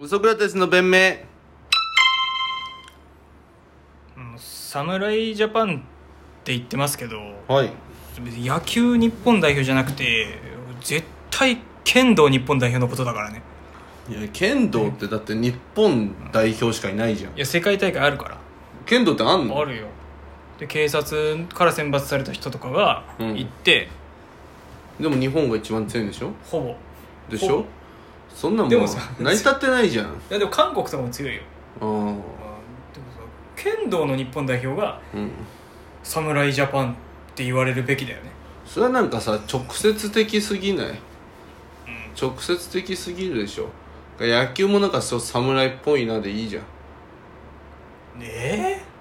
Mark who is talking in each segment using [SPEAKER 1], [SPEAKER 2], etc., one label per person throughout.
[SPEAKER 1] ウソクラテスの弁明
[SPEAKER 2] うん侍ジャパンって言ってますけど
[SPEAKER 1] はい
[SPEAKER 2] 別に野球日本代表じゃなくて絶対剣道日本代表のことだからね
[SPEAKER 1] いや剣道ってだって日本代表しかいないじゃん
[SPEAKER 2] いや世界大会あるから
[SPEAKER 1] 剣道ってあんの
[SPEAKER 2] あるよで警察から選抜された人とかが
[SPEAKER 1] うん
[SPEAKER 2] 行って、
[SPEAKER 1] でも日本が一番強いんでしょ
[SPEAKER 2] ほぼ
[SPEAKER 1] で
[SPEAKER 2] い
[SPEAKER 1] しょ
[SPEAKER 2] ほ
[SPEAKER 1] そんなん
[SPEAKER 2] で
[SPEAKER 1] もう
[SPEAKER 2] もさ
[SPEAKER 1] 成り立ってないじゃんあ
[SPEAKER 2] やでも韓国とかも強いよ
[SPEAKER 1] あうん
[SPEAKER 2] まあでもさ剣道の日本代表が侍ジャパンって言われるべきだよね
[SPEAKER 1] それはなんかさ直接的すぎない直接的すぎるでしょ野球もなんかそう侍っぽいなでいいじゃん
[SPEAKER 2] ええ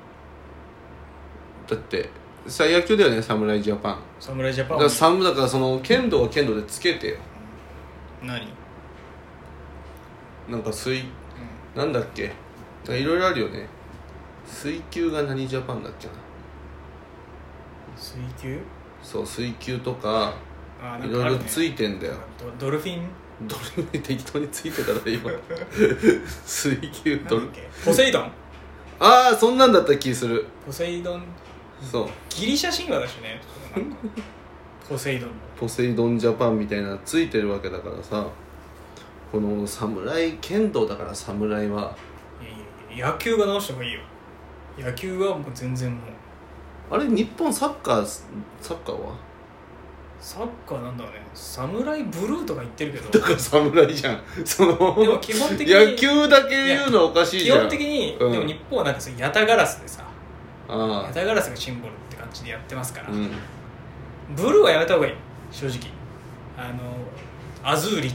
[SPEAKER 1] だってさ野球だよね侍ジャパン
[SPEAKER 2] 侍ジャパ
[SPEAKER 1] だ
[SPEAKER 2] ン
[SPEAKER 1] から
[SPEAKER 2] は
[SPEAKER 1] さだからその剣道は剣道でつけてよ
[SPEAKER 2] 何、うん
[SPEAKER 1] なんか水なんだっけなんかいろいろあるよね水球が何ジャパンだっけな
[SPEAKER 2] 水球
[SPEAKER 1] そう水球とか
[SPEAKER 2] あ
[SPEAKER 1] いろいろつ
[SPEAKER 2] い
[SPEAKER 1] いてんだよ
[SPEAKER 2] ドドルフィン
[SPEAKER 1] どれぐらい適当についてたら 今水球
[SPEAKER 2] なんだ
[SPEAKER 1] ど
[SPEAKER 2] っ
[SPEAKER 1] れ
[SPEAKER 2] けポセイドン
[SPEAKER 1] ああそんなんだった気する
[SPEAKER 2] ポセイドン
[SPEAKER 1] そう
[SPEAKER 2] ギリシャ神話だし ねなんかポセイドン
[SPEAKER 1] ポセイドンジャパンみたいなついてるわけだからさこの侍剣道だから侍はい
[SPEAKER 2] やいやいや野球が直した方がいいよ野球はもう全然もう
[SPEAKER 1] あれ日本サッカーサッカーは
[SPEAKER 2] サッカーなんだろうね侍ブルーとか言ってるけ
[SPEAKER 1] だ
[SPEAKER 2] ど
[SPEAKER 1] から侍じゃんその
[SPEAKER 2] でも基本的に
[SPEAKER 1] 野球だけ言うのはおかしい
[SPEAKER 2] 基
[SPEAKER 1] じゃん
[SPEAKER 2] 本的に、
[SPEAKER 1] うん
[SPEAKER 2] でも日本はなんかそのヤタガラスでさヤ
[SPEAKER 1] あ
[SPEAKER 2] タガラスがシンボルって感じでやってますから、
[SPEAKER 1] あうん
[SPEAKER 2] ブルーはやめた方がいい正直あのアズーリ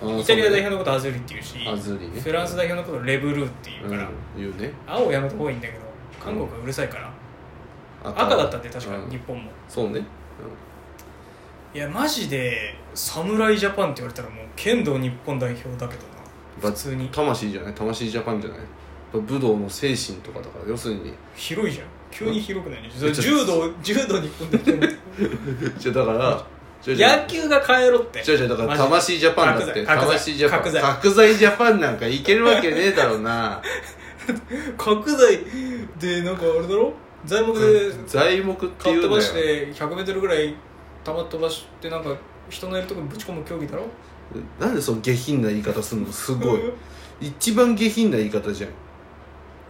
[SPEAKER 1] ああ
[SPEAKER 2] イタリア
[SPEAKER 1] そう
[SPEAKER 2] 代
[SPEAKER 1] ね
[SPEAKER 2] 表のことアズーリっていうし
[SPEAKER 1] アズーリね
[SPEAKER 2] フランス代表のことレブルーっていうから、
[SPEAKER 1] うん、言うね
[SPEAKER 2] 青をやめた方がいいんだけど韓国はうるさいから、
[SPEAKER 1] 赤
[SPEAKER 2] 赤だったんで確か
[SPEAKER 1] う
[SPEAKER 2] に
[SPEAKER 1] ん
[SPEAKER 2] 日本も、
[SPEAKER 1] そうね、
[SPEAKER 2] いやマジで侍ジャパンって言われたらもう剣道日本代表だけど
[SPEAKER 1] う、
[SPEAKER 2] なん普通に
[SPEAKER 1] 魂じゃない魂ジャパンじゃない武道の精神とかだから要する に
[SPEAKER 2] 広いじゃん急に広くないね、
[SPEAKER 1] うん
[SPEAKER 2] 柔道柔道日本代表
[SPEAKER 1] じゃあだからじゃあ
[SPEAKER 2] 野球が変えろって
[SPEAKER 1] じゃあじゃあだから魂ジャパンだって
[SPEAKER 2] 角材
[SPEAKER 1] 魂ジャパン
[SPEAKER 2] 角材
[SPEAKER 1] 角材ジャパンなんかいけるわけねえだろう な
[SPEAKER 2] 角材でなんかあれだろ材木で
[SPEAKER 1] 材木って
[SPEAKER 2] か
[SPEAKER 1] いう
[SPEAKER 2] っ飛
[SPEAKER 1] んだ
[SPEAKER 2] ば
[SPEAKER 1] よ
[SPEAKER 2] して1 0 0ルぐらい球飛ばしてなんか人のいるとこにぶち込む競技だろ
[SPEAKER 1] なんでその下品な言い方すんのす ごい一番下品な言い方じゃん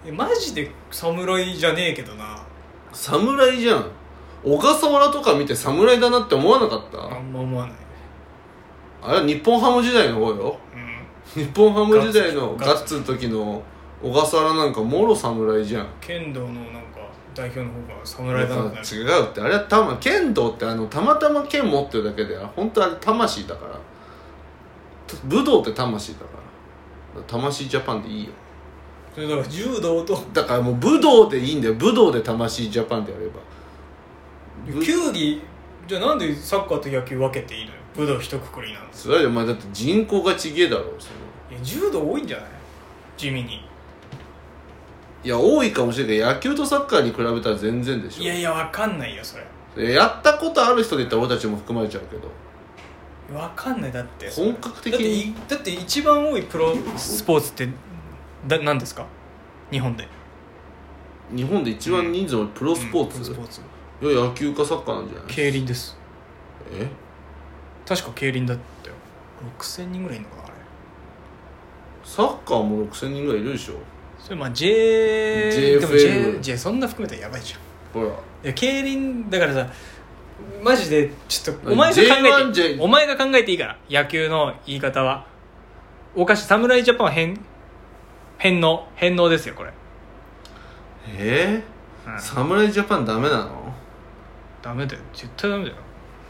[SPEAKER 2] えマジで侍じゃねえけどな
[SPEAKER 1] 侍じゃん小笠原とか見て侍だなって思わなかっ
[SPEAKER 2] あ
[SPEAKER 1] た
[SPEAKER 2] んま思わない、
[SPEAKER 1] あれは日本ハム時代の方よ
[SPEAKER 2] うん、
[SPEAKER 1] 日本ハム時代の
[SPEAKER 2] ガ
[SPEAKER 1] ガ
[SPEAKER 2] ッ
[SPEAKER 1] ッツの時の小笠原なんかもろ侍じゃん
[SPEAKER 2] 剣道のなんか代表の方が
[SPEAKER 1] 違
[SPEAKER 2] 侍だなってなる
[SPEAKER 1] うってあれはたま剣道ってあのたまたま剣持ってるだけで本当あれ魂だからと武道って魂だから魂ジャパンでいいよ
[SPEAKER 2] それだから柔道と
[SPEAKER 1] だからもう武道でいいんだよ武道で魂ジャパンでやればぶ
[SPEAKER 2] 球技じゃあなんでサッカーと野球分けていいのよ武道一括りなんです
[SPEAKER 1] それはお前だって人口がちげえだろその
[SPEAKER 2] いや柔道多いんじゃない地味に
[SPEAKER 1] いや多いかもしれないけど野球とサッカーに比べたら全然でしょ
[SPEAKER 2] いやいや分かんないよそれ
[SPEAKER 1] やったことある人で言ったら俺たちも含まれちゃうけど
[SPEAKER 2] 分かんないだって
[SPEAKER 1] 本格的に
[SPEAKER 2] だっていだって一番多いプロスポーツってだ何ですか日本で
[SPEAKER 1] 日本で一番人数のプロスポー
[SPEAKER 2] うん
[SPEAKER 1] ツ、
[SPEAKER 2] プロスポーツ
[SPEAKER 1] いや野球かサッカーなんじゃない
[SPEAKER 2] 競輪です
[SPEAKER 1] え
[SPEAKER 2] 確か競輪だったよ6000人ぐらいいるのかなあれ
[SPEAKER 1] サッカーも6000人ぐらいいるでしょ
[SPEAKER 2] それまあ J でも J,
[SPEAKER 1] JFL
[SPEAKER 2] J そんな含めたらやばいじゃん
[SPEAKER 1] ほら
[SPEAKER 2] いや競輪だからさマジでちょっとお前が考
[SPEAKER 1] J1
[SPEAKER 2] えて
[SPEAKER 1] J
[SPEAKER 2] お前が考えていいから野球の言い方はおかしい侍ジャパンは変返納返納ですよこれ、
[SPEAKER 1] え
[SPEAKER 2] う
[SPEAKER 1] ー、
[SPEAKER 2] ん
[SPEAKER 1] 侍ジャパンダメなの
[SPEAKER 2] ダメだよ絶対ダメだよ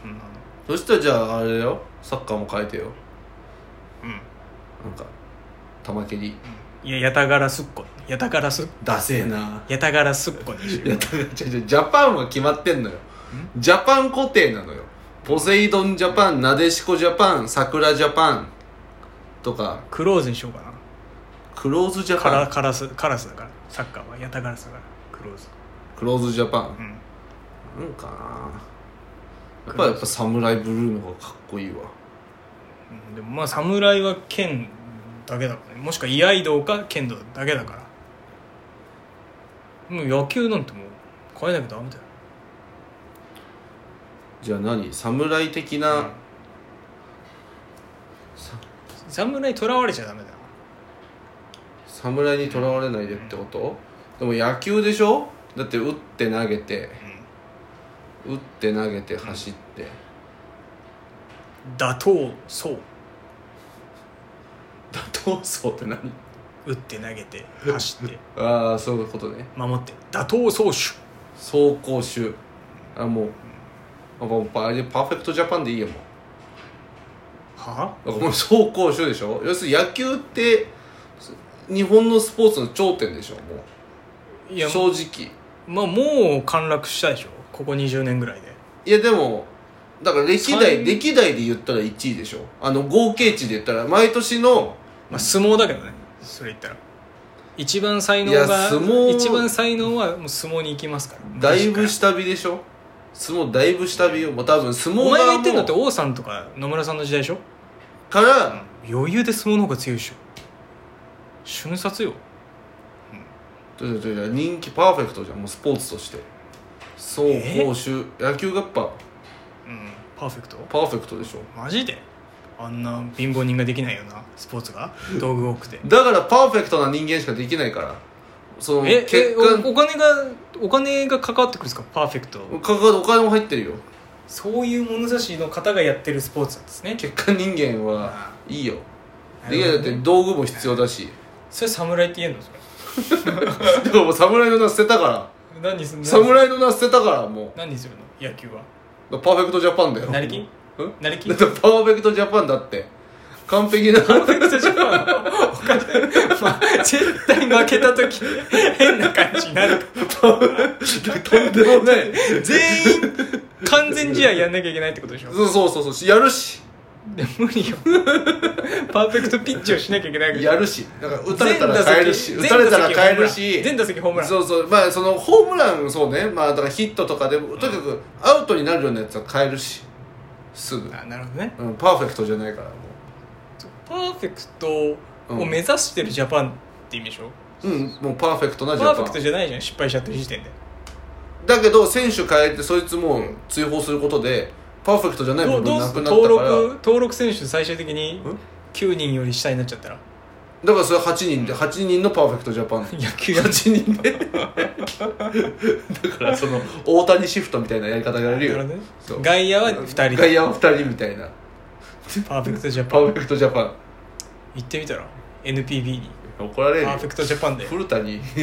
[SPEAKER 2] そんなの
[SPEAKER 1] そしたらじゃああれだよサッカーも変えてよ
[SPEAKER 2] う
[SPEAKER 1] なんか玉蹴り
[SPEAKER 2] んいややたがらすっこやたがらす
[SPEAKER 1] ダセえな
[SPEAKER 2] やたがらすっこにしよう
[SPEAKER 1] いやだから違う違うジャパンは決まってんのよジャパン固定なのよポセイドンジャパンなでしこジャパン桜ジャパンとか
[SPEAKER 2] クローズにしようかな
[SPEAKER 1] クローズジャ
[SPEAKER 2] カ
[SPEAKER 1] パ
[SPEAKER 2] ラ
[SPEAKER 1] ン
[SPEAKER 2] カラスカラスだからサッカーはやたがらすだからクローズ
[SPEAKER 1] クローズジャパン
[SPEAKER 2] うん
[SPEAKER 1] なんかなやっぱやっぱサムライブルーの方がかっこいいわ
[SPEAKER 2] うんでもまあ侍は剣だけだからねもしくは居合道か剣道だけだからもう野球なんてもう変えなきゃダメだよ
[SPEAKER 1] じゃあ何侍的な、さ
[SPEAKER 2] 侍にとらわれちゃダメだよ
[SPEAKER 1] 侍にとらわれないでってこと、でも野球でしょだって打って投げて打って投げて走って、
[SPEAKER 2] 打倒そう
[SPEAKER 1] 打倒走って何
[SPEAKER 2] 打って投げて走 って
[SPEAKER 1] ああそういうことね
[SPEAKER 2] 守って打倒走守
[SPEAKER 1] 走攻守あもうあもうパあれパーフェクトジャパンでいいよもう
[SPEAKER 2] は
[SPEAKER 1] だからもう走攻守でしょ要するに野球ってす日本のスポーツの頂点でしょもう
[SPEAKER 2] いや
[SPEAKER 1] 正直
[SPEAKER 2] まあもう陥落したでしょここ20年ぐらいで
[SPEAKER 1] いやでもだから歴代
[SPEAKER 2] 三
[SPEAKER 1] 歴代で言ったら1位でしょあの合計値で言ったら毎年の
[SPEAKER 2] まあ相撲だけどねそれ言ったら一番才能
[SPEAKER 1] いや
[SPEAKER 2] が
[SPEAKER 1] 相撲
[SPEAKER 2] 一番才能はもう相撲に行きますから
[SPEAKER 1] だいぶ下火でしょ相撲だいぶ下火よもう多分相撲
[SPEAKER 2] お前が言ってんのって
[SPEAKER 1] 側も
[SPEAKER 2] 王さんとか野村さんの時代でしょ
[SPEAKER 1] から
[SPEAKER 2] 余裕で相撲の方が強いでしょ瞬殺よ
[SPEAKER 1] ちょちょちょ人気パーフェクトじゃんもうスポーツとして走
[SPEAKER 2] え
[SPEAKER 1] 攻守野球がやっぱ
[SPEAKER 2] うんパーフェクト
[SPEAKER 1] パーフェクトでしょ
[SPEAKER 2] マジであんな貧乏人ができないようなスポーツが道具多くて
[SPEAKER 1] だからパーフェクトな人間しかできないからその
[SPEAKER 2] ええ
[SPEAKER 1] 結
[SPEAKER 2] お
[SPEAKER 1] 果
[SPEAKER 2] お金がお金が関わってくるんですかパーフェクト
[SPEAKER 1] かかお金も入ってるよ
[SPEAKER 2] そういう物差しの方がやってるスポーツなんですね
[SPEAKER 1] 結果人間はいいよ
[SPEAKER 2] な
[SPEAKER 1] で
[SPEAKER 2] る
[SPEAKER 1] き
[SPEAKER 2] ほ
[SPEAKER 1] ない
[SPEAKER 2] ど
[SPEAKER 1] だって道具も必要だし
[SPEAKER 2] それ侍って言えんのそれ
[SPEAKER 1] でももう侍の名捨てたから
[SPEAKER 2] 何すんの
[SPEAKER 1] 侍の名捨てたからも
[SPEAKER 2] 何するの野球は
[SPEAKER 1] うパーフェクトジャパンだよ
[SPEAKER 2] 成金
[SPEAKER 1] うん
[SPEAKER 2] 成金
[SPEAKER 1] だって パーフェクトジャパンだって完璧な
[SPEAKER 2] ジャパンお金、まあ、絶対負けた時変な感じになる
[SPEAKER 1] とんでもない
[SPEAKER 2] 全員完全試合やんなきゃいけないってことでしょ
[SPEAKER 1] そうそうそうそうやるし
[SPEAKER 2] で無理よパーフェクトピッチをしなきゃいけないわけでしょ
[SPEAKER 1] やるしだから打たれたら変えるし打たれたら変えるし
[SPEAKER 2] 全打席ホームラン
[SPEAKER 1] そうそうまあそのホームランそうねまあだからヒットとかでもとにかくアウトになるようなやつは変えるしすぐ、
[SPEAKER 2] あなるほどね
[SPEAKER 1] うん、パーフェクトじゃないからも
[SPEAKER 2] パーフェクトを目指してるジャパンって意味でしょ、
[SPEAKER 1] ううんもうパーフェクトなジ
[SPEAKER 2] パー
[SPEAKER 1] ャ
[SPEAKER 2] フェ
[SPEAKER 1] パ
[SPEAKER 2] クト
[SPEAKER 1] ン
[SPEAKER 2] じゃないじゃん失敗しちゃってる時点で
[SPEAKER 1] だけど選手変えてそいつもう追放することでパーフェクトじゃない
[SPEAKER 2] ど
[SPEAKER 1] 部
[SPEAKER 2] うど
[SPEAKER 1] 分
[SPEAKER 2] う
[SPEAKER 1] な
[SPEAKER 2] す
[SPEAKER 1] く
[SPEAKER 2] る
[SPEAKER 1] なった
[SPEAKER 2] 登
[SPEAKER 1] から
[SPEAKER 2] 録登録選手最終的に
[SPEAKER 1] ん
[SPEAKER 2] 9人より下になっちゃったら
[SPEAKER 1] だからそれ8人で8人のパーフェクトジャパン
[SPEAKER 2] 野球や
[SPEAKER 1] 8人でだからその大谷シフトみたいなやり方やれる
[SPEAKER 2] な
[SPEAKER 1] よ
[SPEAKER 2] るほどね
[SPEAKER 1] そう
[SPEAKER 2] 外野は2人
[SPEAKER 1] 外野は2人みたいな
[SPEAKER 2] パーフェクトジャ
[SPEAKER 1] パ
[SPEAKER 2] パン
[SPEAKER 1] ーフェクトジャパン
[SPEAKER 2] 行ってみたら NPB に
[SPEAKER 1] 怒られ
[SPEAKER 2] パ
[SPEAKER 1] るよ
[SPEAKER 2] ーフェクトジャパンでよ
[SPEAKER 1] 古田に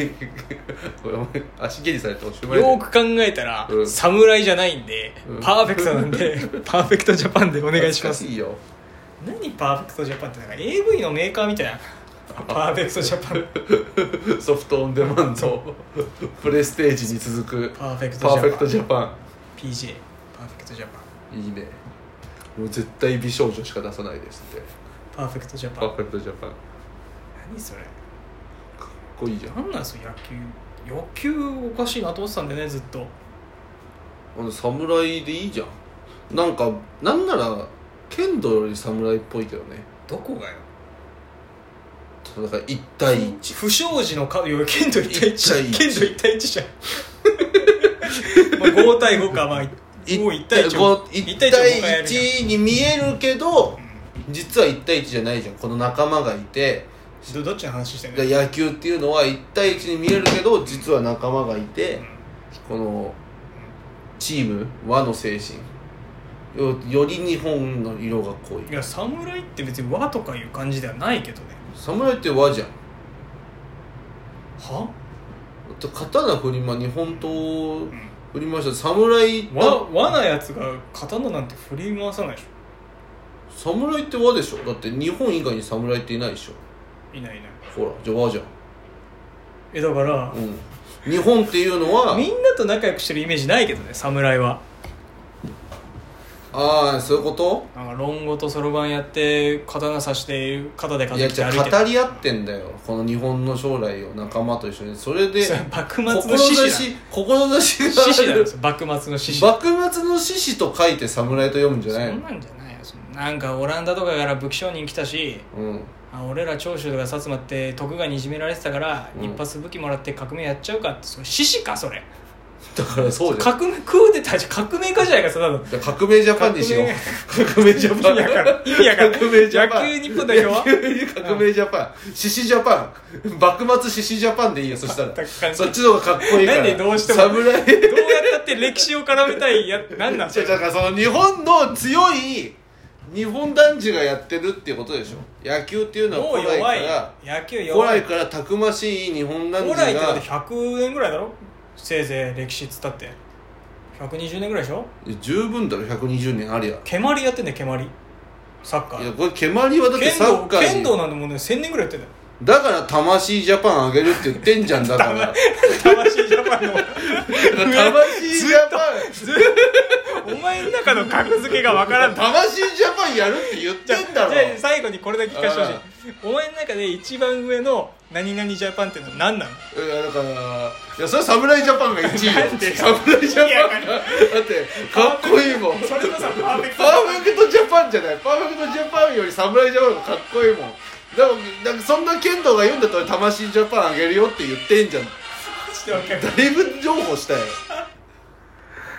[SPEAKER 1] これお前足蹴りされておしまいだ
[SPEAKER 2] ー
[SPEAKER 1] よ
[SPEAKER 2] く考えたら、
[SPEAKER 1] うん
[SPEAKER 2] 侍じゃないんで、
[SPEAKER 1] うん
[SPEAKER 2] パーフェクトな んでパーフェクトジャパンでお願いし
[SPEAKER 1] 恥ず
[SPEAKER 2] ます
[SPEAKER 1] かしいよ
[SPEAKER 2] 何パーフェクトジャパンってなんか AV のメーカーみたいなパーフェクトジャパン
[SPEAKER 1] ソフトオンデマンドプレステージに続く
[SPEAKER 2] パーフェクト
[SPEAKER 1] パーフェクト
[SPEAKER 2] ジ
[SPEAKER 1] ジ
[SPEAKER 2] ャ
[SPEAKER 1] ャパ
[SPEAKER 2] PJ パーフェクトジャパン
[SPEAKER 1] ンいいねもう絶対美少女しか出さないですって
[SPEAKER 2] パーフェクトジャパ
[SPEAKER 1] パー
[SPEAKER 2] ン
[SPEAKER 1] フェクトジャパンか
[SPEAKER 2] 何それ
[SPEAKER 1] っこいいじゃん
[SPEAKER 2] 何なんそれ野球野球おかしいなと思ってたんだよねずっと
[SPEAKER 1] あの侍でいいじゃんなんかなんなら剣道より侍っぽいけどね
[SPEAKER 2] どこがよ
[SPEAKER 1] だから1対1
[SPEAKER 2] 不祥事のかいや剣道1対
[SPEAKER 1] 一対
[SPEAKER 2] 1
[SPEAKER 1] 一
[SPEAKER 2] 剣道1対1じゃん まあ5対5かまあもう1対1を
[SPEAKER 1] 1
[SPEAKER 2] 1対1を
[SPEAKER 1] 対1に見えるけど実は1対1じゃないじゃんこの仲間がいて
[SPEAKER 2] どどっちの話してんの
[SPEAKER 1] で野球っていうのは1対1に見えるけど実は仲間がいてこのチーム和の精神よより日本の色が濃い
[SPEAKER 2] いや侍って別に和とかいう感じではないけどね
[SPEAKER 1] 侍って和じゃん
[SPEAKER 2] は、
[SPEAKER 1] だって刀振りま日本刀
[SPEAKER 2] うん
[SPEAKER 1] 振りました侍って
[SPEAKER 2] 和和なやつが刀なんて振り回さないでし
[SPEAKER 1] 侍って和でしょだって日本以外に侍っていないでしょ
[SPEAKER 2] ょいないいない
[SPEAKER 1] ほらじゃあ和じゃん
[SPEAKER 2] えだから、
[SPEAKER 1] うん日本っていうのは
[SPEAKER 2] みんなと仲良くしてるイメージないけどね侍は
[SPEAKER 1] ああそういうこと
[SPEAKER 2] なんか論語とそろばんやって刀刺して肩で
[SPEAKER 1] い
[SPEAKER 2] 風
[SPEAKER 1] や
[SPEAKER 2] 切って
[SPEAKER 1] じゃあ
[SPEAKER 2] 歩いてる
[SPEAKER 1] 語り合ってんだよこの日本の将来を仲間と一緒にそれで
[SPEAKER 2] それ幕末の志士
[SPEAKER 1] 志志
[SPEAKER 2] だ志士
[SPEAKER 1] が
[SPEAKER 2] だ
[SPEAKER 1] ある
[SPEAKER 2] よ幕末の志士
[SPEAKER 1] 幕末の志士と書いて侍と読むんじゃ
[SPEAKER 2] そ
[SPEAKER 1] ないの
[SPEAKER 2] んなんじゃないよそんなんかオランダとかから武器商人来たし
[SPEAKER 1] うん
[SPEAKER 2] あ俺ら長州とか薩摩って徳川にいじめられてたから、
[SPEAKER 1] うん
[SPEAKER 2] 一発武器もらって革命やっちゃうかってそれ獅子かそれ
[SPEAKER 1] だからそうじゃん
[SPEAKER 2] 革命クーデターじゃ革命家じゃないかそれ多分
[SPEAKER 1] じゃあ革命ジャパンにしよう革命ジャパン
[SPEAKER 2] 意味わからん意味わからん
[SPEAKER 1] 革命ジャパン
[SPEAKER 2] 野球日本代表
[SPEAKER 1] 野
[SPEAKER 2] は
[SPEAKER 1] 球 革命ジャパン獅子ジャパン幕末獅子ジャパンでいいよそした
[SPEAKER 2] 全く
[SPEAKER 1] ら
[SPEAKER 2] 関係
[SPEAKER 1] そっちの方がかっこいいから
[SPEAKER 2] なんでどうしても
[SPEAKER 1] 侍
[SPEAKER 2] どうやったって歴史を絡めたいやなんなんそ
[SPEAKER 1] じゃ
[SPEAKER 2] れ
[SPEAKER 1] だからその日本の強い日本男児がやってるっていうことでしょ野球っていうの
[SPEAKER 2] も
[SPEAKER 1] は
[SPEAKER 2] う
[SPEAKER 1] 古来か
[SPEAKER 2] 弱い
[SPEAKER 1] ら
[SPEAKER 2] 野球
[SPEAKER 1] 古
[SPEAKER 2] 弱い
[SPEAKER 1] 来からたくましい日本男
[SPEAKER 2] 古
[SPEAKER 1] 児
[SPEAKER 2] 来ってだっ
[SPEAKER 1] が
[SPEAKER 2] て100年ぐらいだろせいぜい歴史っつったって120年ぐらいでしょ
[SPEAKER 1] 十分だろ120年ありゃ
[SPEAKER 2] 蹴鞠やってんだよ蹴鞠サッカ
[SPEAKER 1] いや
[SPEAKER 2] ー
[SPEAKER 1] これ蹴鞠はだって
[SPEAKER 2] 剣
[SPEAKER 1] サッ
[SPEAKER 2] 道
[SPEAKER 1] カーに
[SPEAKER 2] 剣道なんてもうね1000年ぐらいやってんだよ
[SPEAKER 1] だから魂ジャパンあげるって言ってんじゃんだから
[SPEAKER 2] 魂ジャパンの
[SPEAKER 1] 魂ジャパン
[SPEAKER 2] お前の中の格付けがわからん
[SPEAKER 1] 魂ジャパンやるって言ってんだろ
[SPEAKER 2] じゃあ最後にこれだけ聞かせてほしいお前の中で一番上の何々ジャパンってのは何なの
[SPEAKER 1] いやだからいやそれは侍ジャパンが1位
[SPEAKER 2] なんで
[SPEAKER 1] よ侍ジャパンがだってかっこいいもん
[SPEAKER 2] それこそパーフェク
[SPEAKER 1] パ
[SPEAKER 2] ト
[SPEAKER 1] ーフェクトジャパンじゃないパーフェクトジャパンより侍ジャパンがかっこいいもんだからだからそんな剣道が言うんだったら魂ジャパンあげるよって言ってんじゃんだ
[SPEAKER 2] してわけ
[SPEAKER 1] いぶ譲歩したよ